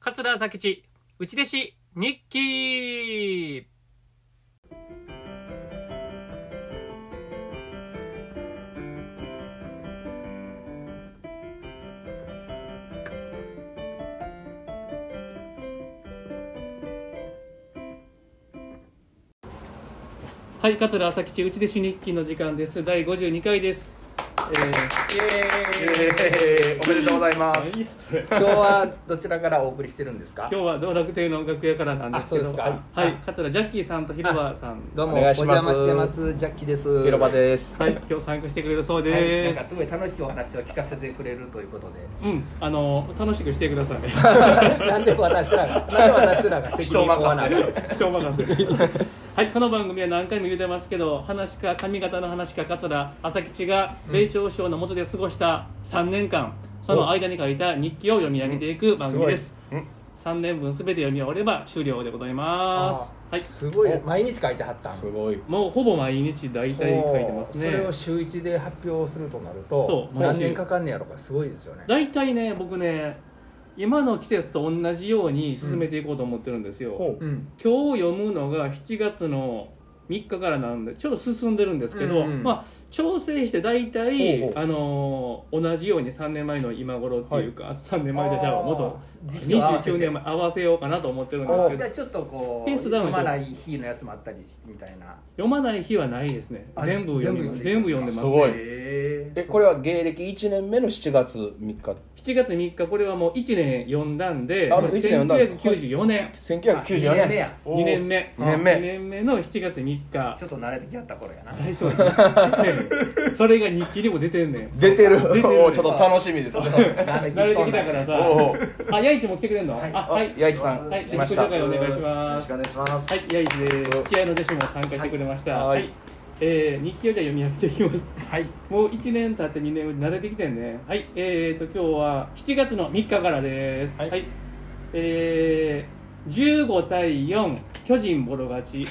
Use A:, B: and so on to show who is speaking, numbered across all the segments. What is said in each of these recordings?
A: 桂佐吉内弟子日記はい桂朝吉内弟子日記の時間です第52回です、えー
B: えーおめでとうございます。
A: いやそれ
C: 今日はどちらからお送りしてるんですか
A: 今日は道楽亭の楽屋からなんですけ
C: あそ
A: ど
C: うですか
A: はい桂ジャッキーさんと広場さん
C: どうもお
B: お願いし
C: 邪魔
B: ます
C: してますジャッキーです
B: 広場です。
A: はい今日参加してくれるそう
C: はい、な
A: で
C: んか
A: す、
C: すごい楽しいお話を聞かせてくれるということで
A: う んあの楽しくしてください
C: なんで私らがなんで私らが責任を負わない
B: 人任
A: 人任せはいこの番組は何回も言うてますけど話か髪型の話か桂朝吉が米朝首相の下で過ごした3年間その間に書いた日記を読み上げていく番組です
B: うんす
A: 3年分すべて読み終われば終了でございますはい
C: すごい毎日書いてはったん
B: すごい。
A: もうほぼ毎日大体書いてます
C: そ
A: ね
C: れを週一で発表するとなると
A: そう毎
C: 何
A: 週
C: 年かかんねやろかすごいですよね
A: 大体ね僕ね今の季節と同じように進めていこうと思ってるんですよ、
B: ほう
C: うん
A: 今日読むのが7月の3日からなんでちょっと進んでるんですけど、
C: うんうん
A: まあ、調整して大体
B: ほうほう
A: あのー同じように3年前の今頃っていうか、3年前でじゃあ元
C: あー時期を合わせ
A: 29
C: て
A: 年前合わせようかなと思ってるんですけ
C: じ
A: ど
C: ゃあちょっとこう
A: ペースダウンしよう
C: 読まない日のやつもあったりみたいな
A: 読まない日はないですね
C: あ
A: 全部読みます全
C: 全
A: 部読
C: 部読
A: んでま
C: んで
A: す
B: すごい
C: へ
B: え、これは芸歴1年目の7月3日。
A: 7月3日これはもう1年読んだんで
B: あもう一年読んだんですか
A: 1994年
B: 1994
C: 2年目
B: 年
C: や。
A: 2年目
B: 二年目
A: 二年目の7月3日
C: ちょっと慣れてきはった 頃やな
A: 大丈夫それが日記にも出てんねん
B: 出てる。
A: 出てる
B: おーちょっと楽しみですね。
C: 慣れ
A: 慣れてきたからさ
B: おお。
A: あ、やいちも来てくれんの、あ、
B: あ、
A: はい
B: やいちさん
A: はい、
B: 来
A: 自己
B: ました
A: 紹。介お願いします
D: よろしくお願いします。
A: はい、やいちです
B: そう
A: 気合いの弟子も参加してくれましたは、
B: はいい
A: えー日記をじゃあ読み上げていきます
C: はい
A: もう1年経って2年目慣れてきてんねはい、えーと今日は7月の3日からですは、
B: はいい
A: えー、15対4巨人ボロ勝ち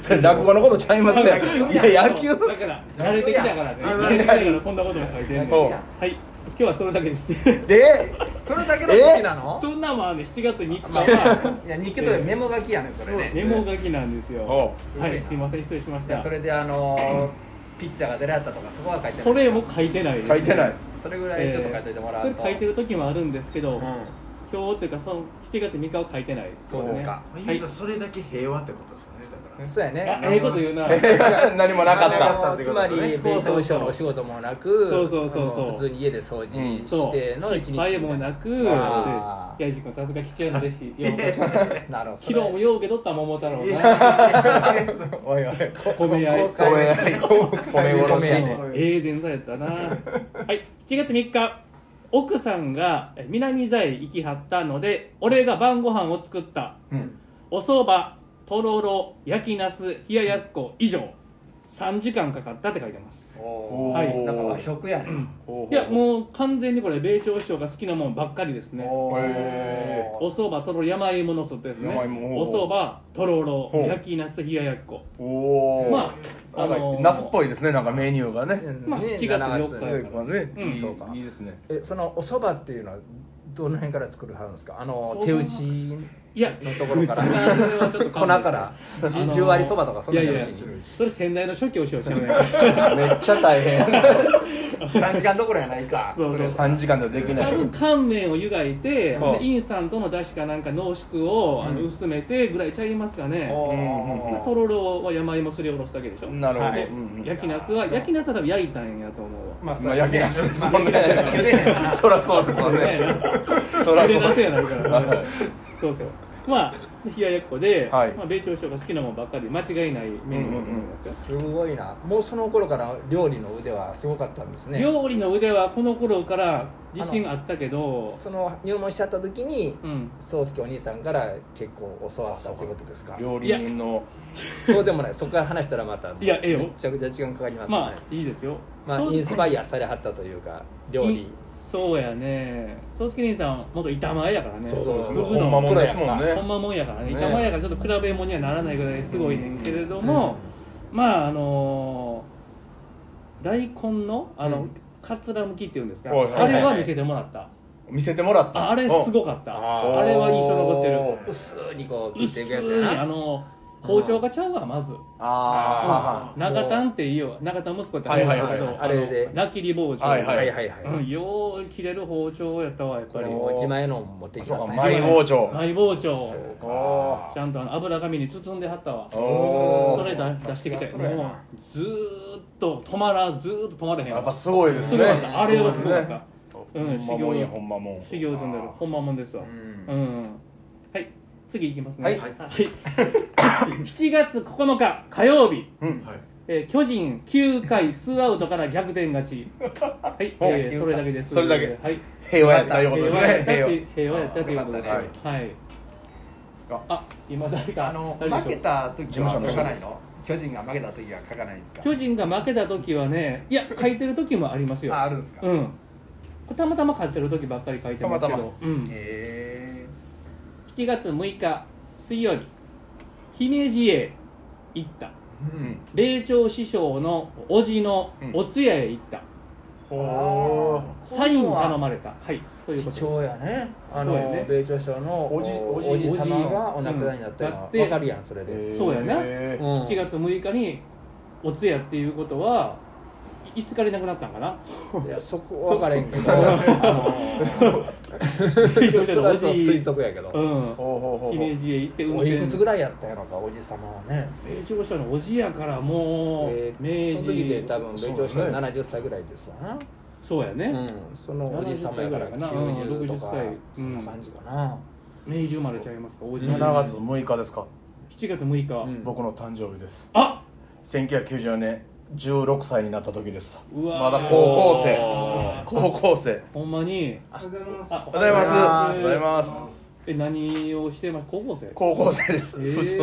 B: それ落語のことちゃいますやん。いや、 野球。
A: そうだから慣れてきたからね
C: あ
A: 慣れてきたからこんなことも書いてんねん
B: おう
A: はい今日はそれだけです ね
B: で、
C: それだけの時なの
A: そんなんもあんねん7月3日 はい
C: や日記とかメモ書きやねんそれね
A: メモ書きなんですよ
B: おう
C: ご
A: はい
C: ない
A: すいません失礼しまし
C: い
A: た
C: やそれであの ーピッチャーが出られたとかそこは書いてない
A: それも書いてないです
B: 書いてない。
C: それぐらいちょっと書いておいてもら
A: そ
C: うと、
A: れ書いてる時もあるんですけど、
C: うん
A: 今日というかその7月3日は書いてない
C: そうですか
D: まあ言うたらそれだけ平和ってことですよね。だから。
A: ね
C: そうやね
A: あええこと言うな
B: 何もなかっ
C: あ
B: た。
C: のーつまり米朝首相のお仕事もなく
A: そうそうそうそう
C: あの普通に家で掃除しての一日
A: 失敗もなく
C: あー
A: 八重君さすが吉祥の弟子よ
C: なるほど
A: う昨日もようけ取った桃太郎
D: い
A: な
C: おいおい
A: 褒め合い
C: 公
B: ごめん
C: 開、
B: ごめん殺し
C: ご。めん
A: ええ前座やったな はい7月3日奥さんがえ南座へ行きはったので俺が晩ご飯を作った、
B: うん
A: おそばとろろ焼きなす冷ややっこ以上3時間かかったって書いてます
C: おー
A: はい
C: なんか和食やね、
A: いやもう完全にこれ米朝首相が好きなもんばっかりですね
C: おー
B: へ
A: おそばとろろ山芋のそばですね
B: 山芋
A: おそばとろろ
B: ほう
A: 焼きなす冷ややっこ
B: う。おお。
A: まああ
B: なんか
A: のー
B: 夏っぽいですね。なんかメニューがね。
A: まあ
C: ね
A: 7月4日
C: 七
A: はい
B: まあね
A: うん
B: いい
C: そうか
B: いいですね。
C: えそのお蕎麦っていうのはどの辺から作るはるんですかあ
A: そ
C: の
A: ば
C: 手打ち
A: いや
C: のところか
A: うちは それは
C: ら
A: ちょ っと
C: 粉から
A: あのー
C: じ十割そばとかそんなの
A: いやい
C: ら
A: や
C: しい
A: それ先代の初期をしよう知らない
B: めっちゃ 大変。
C: 3時間どころやないか
A: そうそう
B: 3時間ではできな
A: 多
B: い。
A: 分乾麺を湯がいて、
B: はあ
A: でインスタントのだしかなんか濃縮をあの薄めてぐらいちゃいますかね、と
C: お
A: ろろは山芋すりおろすだけでしょ、
B: なるほど。
C: はい
B: うんうん
A: 焼きなすは焼きなすは多分焼いたんやと思うわ
C: まあ
B: まあ焼きなすですもんね。
C: そらそうですよね
B: そらそ
A: 茹で
B: う
A: な
B: だ
A: せやないから、
B: はい
A: そうそうまあで冷ややっこで、
B: はい
A: まあ、米朝首相が好きなものばっかり間違いないメニューだと思いますよ、
C: すごいなもうその頃から料理の腕はすごかったんですね
A: 料理の腕はこの頃から自信があったけど
C: その入門しちゃった時に
A: うん
C: 宗介お兄さんから結構教わったってことですか
B: 料理人の
C: そうでもないそこから話したらまた
A: いやええよ
C: めちゃくちゃ時間かかりますね
A: まあいいですよ
C: まあ
A: そう
C: インスパイアされはったというか料
A: い
C: 理
A: そうやね宗介兄さん元板前やからね
C: そう
B: そうですね
C: 僕
B: ほ
C: の
B: んまもんですもん
C: プ
B: ね
A: ほんまもんやからね
B: ね
A: 板前やからちょっと比べ物にはならないぐらいすごいねんけれども、まああのー大根のあの、
C: うん
A: かつらむきっていうんですか、
B: はいはいはい
A: あれは見せてもらった、
B: 見せてもらった
A: あれすごかった
E: あ
A: あれは印象残って
B: お
A: る
B: ー
C: 薄にこう切っていく
A: 薄
C: やつ
A: い
C: やな
A: あの包丁がちゃうわまず
B: あ
A: 長短っていいよ長短息子ってあれだ
B: はい
A: け
B: はいはい
A: ど
C: あれで
A: ラキリ包丁
B: はい
C: はいはいはい、
A: うんよう切れる包丁やったわやっ
C: こ
A: ぱ
C: れ
A: り
C: もう自前の持って
B: あ
C: き
B: そ
C: た
B: うか
C: ね
B: マイ包丁
A: 大包丁
B: おお
A: ちゃんとあの油紙に包んではったわ
B: ーお
A: それ
B: ー
A: 出し出してきて
E: さすがプロやな
A: もうずーっと止まらずーっと止まれへん
B: やっぱすごいです
A: す
B: ね
A: ごかったあれはすごかった
B: ほ
A: うん
B: んまもんや
A: 修行
B: ほんまもん
A: 修行中になるほんまもんですわうん、はい次いき ますね
B: はい
A: 7月9日火曜日、
D: はい
A: えー巨人9回ツーアウトから逆転勝ちはい、
B: お
A: えーそれだけです
B: それだけ
A: はい
B: 平和やったということですね
A: 平
B: 平
A: 和
B: 和
A: やったって平和やったということです
E: よか
A: はいあ今誰か
E: あの
A: 誰でしょう
E: 負けた時
B: 事務所
E: は
B: の
E: 書かないの巨人が負けた時は書かないんですか
A: 巨人が負けた時はねいや書いてる時もありますよ
E: ああるんですか、
A: うんこれたまたま買ってる時ばっかり書いてますけど
B: たまたま
A: うん、
E: へ
A: 7月6日水曜日姫路へ行った
B: うん
A: 霊長師匠の叔父の
B: うん
A: お通夜へ行った、
E: えおー
A: サイン頼まれたはいということで
C: そうやねあ
A: そうやね
C: の米朝省の
B: おじおじ
C: 様がお亡くなりになったの
A: うんだ
C: は
A: って
C: 分かるやんそれで、
A: そうやな
B: へー
C: うん
A: 7月6日にお通夜っていうことはい5日で亡くなったんかな
C: いやそこ分からへんけどあ
A: 霊長
C: の
A: 師
C: そ
A: 匠
C: れ
A: のお
C: は推
A: じ
C: 測やけど、
A: うん
B: ほうほうほうほう
A: 姫路へ行って運
C: おいくつ
A: 転
C: ぐらいやったやろかおじ様はね、
A: 霊長師匠のおじやからもう、
C: え
A: 明治
C: ー、その時で多分米朝
B: そ
C: 省
B: うね
C: 70歳ぐらいですわな
A: そうやね、
C: うん、そのおじい様やから90とか、
A: う
C: そ
A: ん
C: んな感じかな、
A: 明治生まれちゃいますか王子
B: 7月6日ですか
A: 7月6日、
C: うん
B: 僕の誕生日です
A: あ
B: 1994年16歳になった時です
A: うわ
B: ま
A: ー
B: だ高校生高校生
A: ほんまに
D: おはようございます
A: あ
B: おはようございますお
A: お
B: は
A: は
B: よ
A: よ
B: う
A: う
B: ございま
D: おはようござい
B: す
D: ます
A: え何をしてます高校生
B: 高校生です
A: えー
B: 普通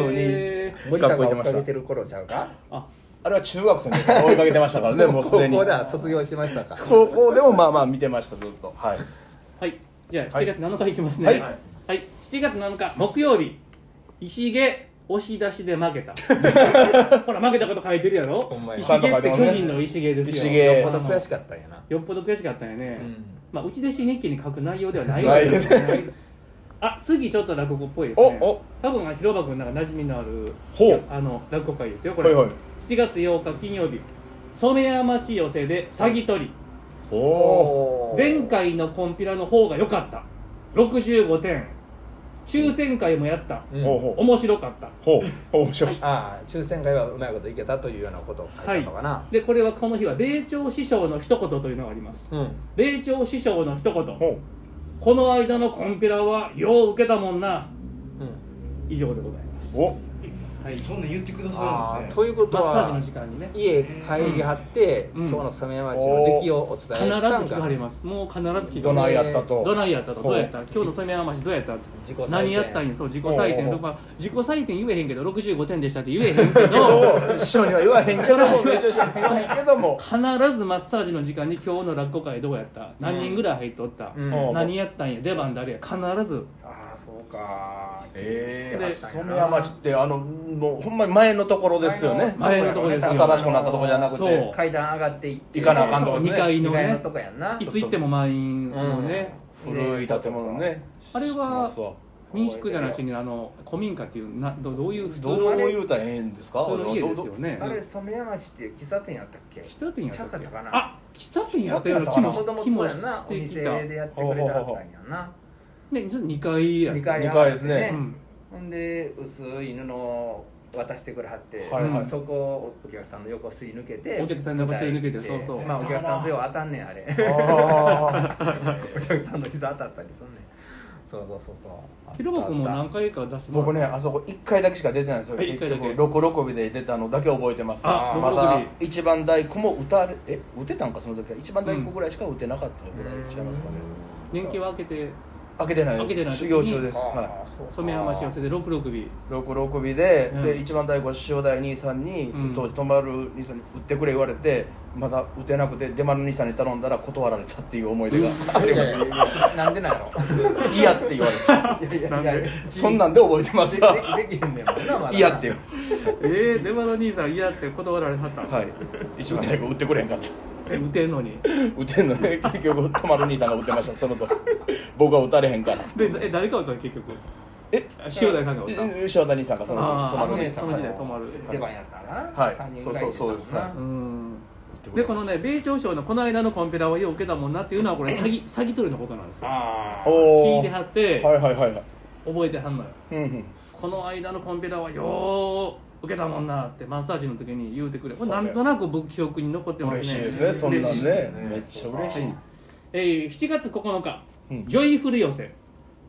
B: に
C: 森田が追っかけてる頃ちゃうか
B: あれは中学生の時から追いかけてましたか らねもうす
C: 高
B: でに
C: 校では卒業しましたか
B: 高校でもまあまあ見てましたずっとはい
A: はいじゃあ
B: はい
A: 7月7日いきますね
B: は
A: はいい、7月7日木曜日石毛押し出しで負けたほら負けたこと書いてるやろ
C: んまや
A: 石毛って巨人の石毛ですよ
B: 石毛
C: よ
B: え
C: っぽど悔しかったんやな、
A: よっぽど悔しかったんやね、
C: うん
A: まあ内弟子日記に書く内容ではない
B: ない
A: ですねあ次ちょっと落語っぽいです
B: お
A: ね
B: お
A: 多分広場君なんか馴染みのある
B: ほう
A: あの落語会ですよこ
B: ほ
A: れ、
B: いほい
A: 7月8日金曜日染谷町寄せで詐欺取り、
B: ほ
A: 前回のコンピラの方が良かった65点抽選会もやった、
B: う
C: うん
B: ほうほう
A: 面白かった
B: ほう面白い
C: ああ抽選会はうまいこといけたというようなことを書いたのかな、
A: でこれはこの日は米朝師匠の一言というのがあります
C: うん
A: 米朝師匠の一言
B: ほう
A: この間のコンピラはよう受けたもんな
C: うん
A: 以上でございます
B: お
A: はい
D: そんなん言ってくださ
C: あ
D: る
C: あ
D: んですね
C: ということ
A: マッサージの
C: は
A: 時間にね
C: 家帰りはって、
A: うん
C: 今日の染山町の出来をお伝
A: 必ず
C: えしたん
A: 聞
C: か
A: かれますもう必ず聞か
B: ど
A: れま
B: ないやった
A: すど
B: と
A: ないやったとどうやった今日の染山町どうやった
C: 自己採点
A: 何やったんやそう自己採点と
B: お
A: か自己採点言えへんけど65点でしたって言えへんけ ど
B: お師匠には言わへんけどもめちゃ師匠には言わへんけど も
A: 必ずマッサージの時間に今日の落語会どうやった何人ぐらい入っとった、
B: うん
A: 何やったんや出番誰や必ず
C: ああそうか
B: え
A: で
B: え染谷町ってあのもうほんまに前のところですよね
A: 前のとこですよ
B: 新しくなったとこじゃなく
A: そう
B: て
E: 階段上がっていって
B: 行かなあかんとこ
A: そう
B: で
A: 二
B: すね
A: 階の
E: 意外な
A: ね
E: とこやんない
A: つ行っても満員のね、
B: 古い建物ね
A: あれは
B: 知ってますわ
A: 民宿じゃなしにあの古民家っていうなどどういう普通
B: ど
A: の
B: う
A: 普
B: 言うたらええんですか
A: 通の家ですよ
B: ど
A: ね
E: あれ染谷町っていう喫茶店やったっけ
A: 喫茶店やった
E: ちゃ
A: っけ
E: うかったかな
A: あ喫茶店やったような気も
E: 子供
A: 気も
E: そうやんな
A: し
E: お
A: てき
E: 店
A: た
E: でやってくれてはったんやな
A: ねちょっと2階や
E: 二階
B: 二
E: 上
B: 階
E: が
B: で
E: っ
B: す
E: て
B: ね
E: ね
A: うん
E: ほんで薄い布を渡してくれはって、
B: はい
A: はい
E: そこをお客さんの横すり抜けて
A: お客さんの横すり抜けてそうそう
E: まあお客さんとよう当たんねんあれ
B: あ
E: お客さんの膝当たったりすんねんそうそうそうそう
A: 広場君も何回か出して
B: ー
A: もら
B: 僕
A: っ
B: ねあそこ1回だけしか出てないんですよ
A: はい一
B: 結
A: 回だけ
B: 局六六尾で出たのだけ覚えてます
A: あ
B: ま
A: 六
B: た
A: 六
B: 一番太鼓も打たれえ打てたんかその時は一番太鼓ぐらいしか打てなかったぐらい違いますかね
A: 年季は明けて
B: 開けてない
A: 開けて
B: で
A: ない
B: す修行中です
C: ああ、
B: はい
C: そうか
A: 染山市寄せで66尾
B: 六六尾で,、
A: うん
B: で一番太鼓塩大兄さんに、
A: うん
B: 当時泊まる兄さんに打ってくれ言われてまだ打てなくて出丸の兄さんに頼んだら断られたっていう思 い出があり
C: い
B: ま
C: や
B: す
C: いやいやなんでなんやろ
B: 嫌って言われた
E: いやいや
A: なん
E: い
A: で
E: やで
B: そんなんで覚えてますわ
E: でできへんねんもんなまだ
B: 嫌って言わ
A: えー、出花兄さん嫌って断られはった
B: れたはい一番太鼓打ってくれへんかった
A: え打てんのに
B: 打てんの ね結局泊まる兄さんが打ってましたそのと僕は打たれへんから
A: でえ誰か打ったの結局
B: え
A: 塩谷さんが打った
B: え塩田兄さんがその
A: あー
B: 時泊まる兄さ
A: その
B: んが
A: 時代泊まる
B: い
E: 出番やったかな
B: はい
E: 三人ぐらい
B: そうそうそうです
E: な
A: うん
B: 打ってくれ
A: でこのね米朝賞のこの間のコンペラをよう受けたもんなっていうのはこれ詐欺詐欺取りのことなんですよ
E: ああ
B: お
A: 聞
B: お
A: いてはって
B: はいはいはいはい
A: 覚えてはんのよ
B: うんうん
A: この間のコンペラはよう受けたもんなってマッサージの時に言うてくれこれ
B: そ
A: な
B: れ
A: んとなく僕記憶に残ってますね
B: 嬉しいですねそんなん
A: 嬉しい
B: ねめっちゃ嬉しい
A: えー7月9日、
B: うん
A: ジョイフル寄せ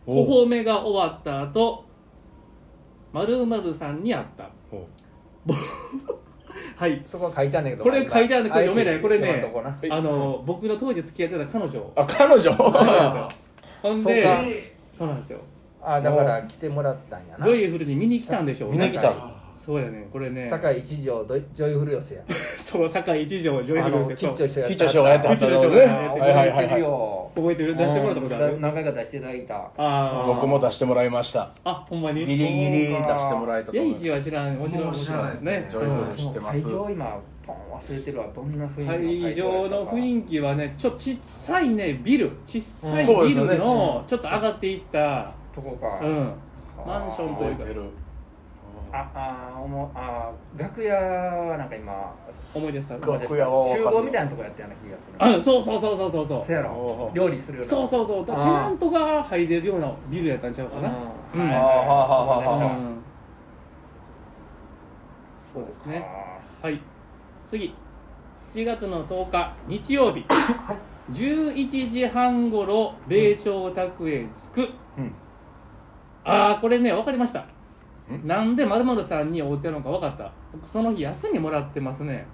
B: お
A: 5
B: う
A: 褒めが終わった後まるまるさんに会った
B: おう
A: はい
C: そこは書いてあんねんけど
A: これ書いてあるんだけど
C: あえ
A: 読めないこれね
C: 読まんとこな
A: あの僕の当時付き合ってた彼女
B: あ彼女
A: ほん
C: そうか
A: で
D: え
A: そうなんですよ
C: あだから来てもらったんやな
A: ジョイフルに見に来たんでしょう
B: 見に来た
A: そうやねそうやねこれね
C: 堺一条ドイジョイフル寄せや
A: そう堺一条ジョイ
C: あ
A: フル寄せ
C: のキッチ
A: そ
C: ョ
A: う
C: 一緒や
B: 吉祥がやってはったのね
A: あ
B: はいはいは
E: 覚えてる
B: いはい
E: よ
A: 覚えてる出してもらったことあ
E: う
A: る
E: ん何回か出していただいた
A: あー
B: 僕も出してもらいました
A: あほんまに
B: ギリギリ出してもらえたと
A: ヤ
B: 思
A: イ
B: います
A: チは知らんもちろん
D: もう知らない
A: ですね
B: ジョイフル知ってます
E: 会場今ポン忘れてるわどんな雰囲気の
A: 会場の
E: 囲気
A: 雰囲気はねちょっとちっさいねビルちっさい
B: そうで
A: ビ
B: すよ
A: ル
B: ね
A: のちょっと上がっていった
E: とこか、
A: うんマンションと
B: 覚
A: い
B: え
A: うか
B: てる
E: ああーおもあー楽屋はなんか今
A: 思い出した
B: 楽屋は分かる
E: 厨房みたいなとこやったような気がする
A: うんそうそうそうそうそうそう
E: そうや
B: おうお
E: ろ
B: う
E: 料理するような
A: そうそうそうだからテナントが入れるようなビルやったんちゃうかな
E: うん
A: うん
E: はい
B: あーはあはあはあ
E: 思い出し
A: うんそうです
E: た
A: ねはい次7月の10日日曜日11時半ごろ米朝宅へ着く、
B: うん
A: ああこれね分かりました
B: ん
A: なんで〇〇さんに会うてるのか分かった僕その日休みもらってますね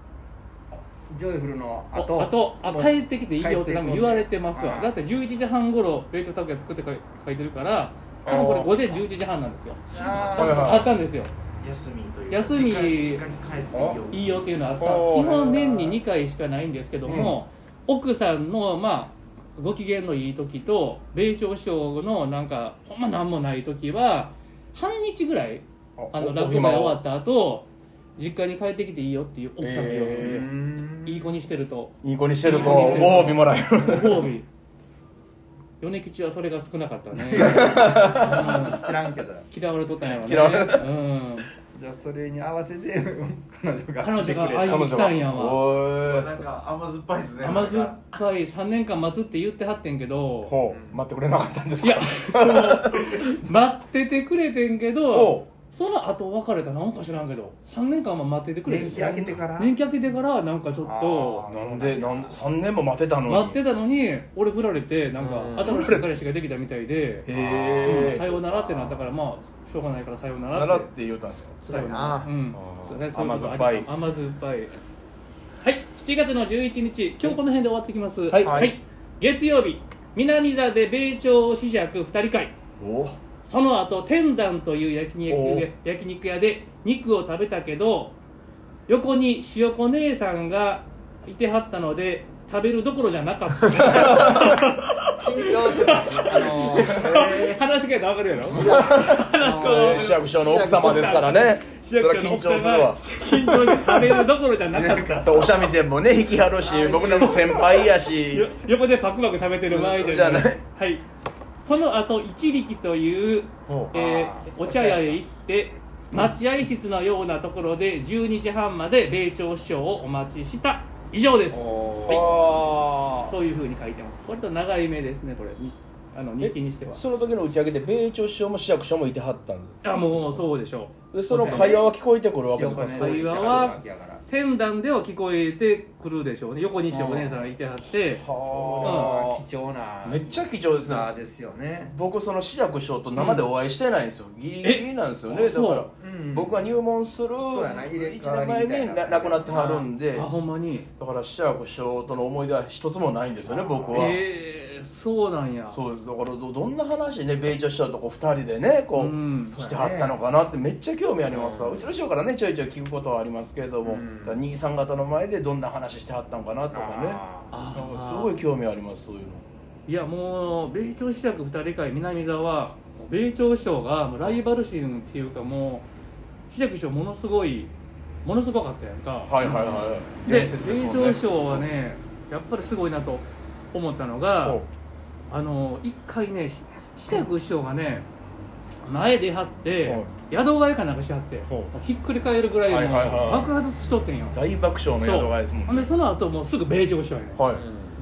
E: ジョイフルの
A: あ
E: 後
A: あとあ帰ってきていいよって多分言われてます
E: 帰
A: わだ
E: っ
A: って11時半ごろ米朝宅へ着くって書い書いてるから多分これ午前11時半なんですよ
E: あ
B: はいはい
A: あったんですよ
D: 休みという
A: 休み
D: 時間時間に帰っていいよ
A: いいよっていうのはあった
B: おー
A: 基本年に2回しかないんですけども、奥さんのまあご機嫌のいい時と米朝首相のなんかほんま何もない時は半日ぐらいあの落語会終わった後実家に帰ってきていいよっていう奥さんの要望、
B: え
E: う
B: ー
E: ん
A: いい子にしてる と
B: いい子にしてるとご褒美もらえる
A: ご褒美米吉はそれが少なか ったねうん
E: 知らんけど
A: 嫌われとったんやろね
B: 嫌われ
A: うん、
E: じゃあそれに合わせて彼女が
A: 彼女が会いに来たん
B: 彼
A: やわ
B: 女が
D: なんか甘酸っぱいですね
A: 甘酸っぱい3年間待つって言ってはってんけど
B: ほう待ってくれなかったんです
A: い
B: か
A: や、その待っててくれてんけ
B: おう
A: ど、その後別れたなんか知らんけど、3年間は待っててくれて
E: 年季明けてから
A: 年季明けてから、なんかちょっと、
B: なんでなん3年も待てたのに
A: 待ってたのに、俺振られて、なんか
C: うん
A: 新しい彼氏ができたみたいで、
B: へ
A: さ
B: え
A: ようならってなったから、まあ、しょうがないからさようならって。
B: 習って言うたんですか
A: 辛い
C: な
A: うん
B: あー
A: そうねそうう
B: 甘
A: こ
B: 酸
A: と
B: っぱい
A: あります甘酸っぱいはい7月の11日今日この辺で終わってきます
B: はい
A: 月曜日南座で米朝子爵2人会
B: おう
A: その後天壇という焼肉
B: お
A: 屋焼肉屋で肉を食べたけど横に塩子姉さんがいてはったので食べるどころじゃなかった
E: 緊張してたねあのー
A: 話しかけたら分かるやろ話しかけたら分かる
B: えー市役所の奥様ですからねそ
A: 市
B: りゃ
A: 役所の
B: 緊
A: 奥さん
B: 張す る
A: が
B: わ
A: 緊張して食べるどころじゃなかった
B: お三味線もね引きはるし僕らの先輩やし
A: よ横でパクパク食べてる場合じゃない
B: じゃない
A: はいその後一力という、
B: ほ
A: えー
E: あー
A: お茶屋へ行って待合室のようなところで12時半まで米朝師匠をお待ちした以上です
E: おー
A: はい
B: あ
A: そういうふうに書いてます割と長い目ですねこれにあの日記にしては
B: その時の打ち上げで米朝首相も市役所もいてはったんで
A: あもうそうでしょ
B: でその会話は聞こえてくるわけですか
E: 塩
A: 会話はう天壇では聞こえてくるでしょうね横にしお姉さんがいてはって
B: は
E: 貴重な
B: あめっちゃ貴重ですね
E: さあですよね
B: 僕その志らく師匠と生でお会いしてないんですよ、ギリギリなんですよね
A: え
B: だから、
E: うん
B: 僕が入門する
E: そうやな入れ
B: 1
E: 替わ
B: 年
E: りみた
B: 前
E: いな
B: にな亡くなってはるんで
A: あほんまに
B: だから志らく師匠との思い出は一つもないんですよね僕は、
A: えー、そうなんや
B: そうですだからどどんな話ね米朝師匠とこう2人でねこう、
A: うん
B: してはったのかなってめっちゃ興味ありますわ、うちの師匠からねちょいちょい聞くことはありますけれども、
E: うん
B: だから兄さん方の前でどんな話してはったのかなとかね
E: あ
A: あー
B: なんかすごい興味ありますそういうの
A: いやもう米朝支局2人会南座はもう米朝首相がもうライバル心っていうかもう支局首相ものすごいものすごかったやんか、
B: はいはいはい
A: で
B: 伝説です
A: 米
B: も
A: 朝
B: んね
A: 首相はねやっぱりすごいなと思ったのが
B: お
A: あの一回ねし志らく師匠がね前出はって
B: は
A: 宿替えかなんかしはって
B: ほ
A: ひっくり返るぐらい
B: はいはい
A: の
B: はい
A: 爆発しとってんよ
B: 大爆笑の宿替えですも
A: ほん
B: ん
A: でその後もうすぐ米朝師匠やね
B: はい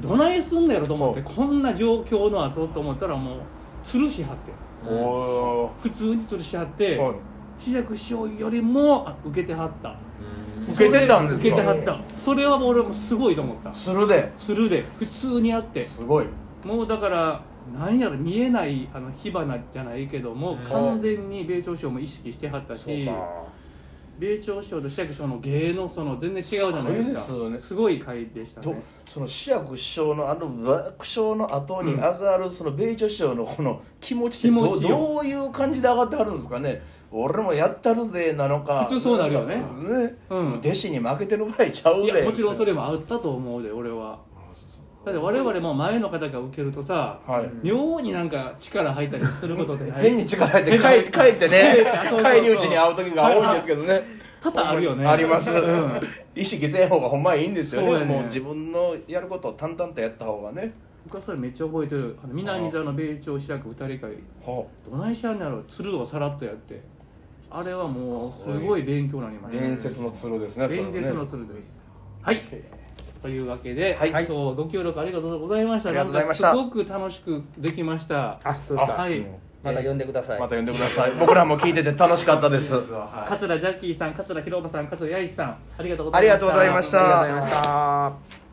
A: どないすんだやろと思ってこんな状況の後と思ったらもう吊るしはって
B: お
A: 普通に吊るしはって
B: ーはい
A: 志らく師匠よりもあ受けてはった
B: 受けてたんです
A: 受けては
B: か
A: ったそれはもう俺もすごいと思った
B: するで
A: つるで普通にあって
B: すごい
A: もうだから何やろ見えないあの火花じゃないけども、完全に米朝師匠も意識してはったし米朝師匠と志らく師匠の芸のその全然違うじゃないですか
B: すごいですよね
A: ごい回でした
B: と
A: ね
B: その志らく師匠のあの爆笑の後に上がるその米朝師匠のこの気持ちってど
A: 気持
B: う
A: ちよ
B: どういう感じで上がってはるんですかね俺もやったるぜなのか
A: 普通そうなるよね
B: ね
A: うん
B: 弟子に負けてる場合ちゃう
A: い
B: で
A: やもちろんそれもあったと思うで俺はだって我々も前の方が受けるとさ
B: はい
A: 妙になんか力入ったりすることってない
B: 変に力入って帰
A: 変に
B: 帰ってね
A: そうそうそう
B: 帰り討ちに会う時が多いんですけどね
A: 多々あるよね
B: あります
A: うん
B: 意識せん方がほんまいいんですよ
A: そう
B: ね
A: やね
B: もう自分のやることを淡々とやった方がね
A: 僕はそれめっちゃ覚えてるあの南座の米朝志らく二人会
B: は
A: どないしゃんやろ鶴をさらっとやってあれはもうすごい勉強になりま
B: あ
A: した
B: 伝説の鶴ですねそれ
A: 伝
B: ね
A: 説の鶴ですはいというわけで、
B: はい
A: 今日はご協力ありがとうございました
B: ありがとうございました
A: なんかすごく楽しくできました
C: あそうですか
A: はい、
C: また呼んでください
B: また呼んでください僕らも聞いてて楽しかったです
D: そうはい
A: 桂ジャッキーさん桂広場さん桂八石さんありがとうござ
B: あ
A: い
B: り
A: ました
B: がとうございまし
C: ありがとうござい
B: た
C: ました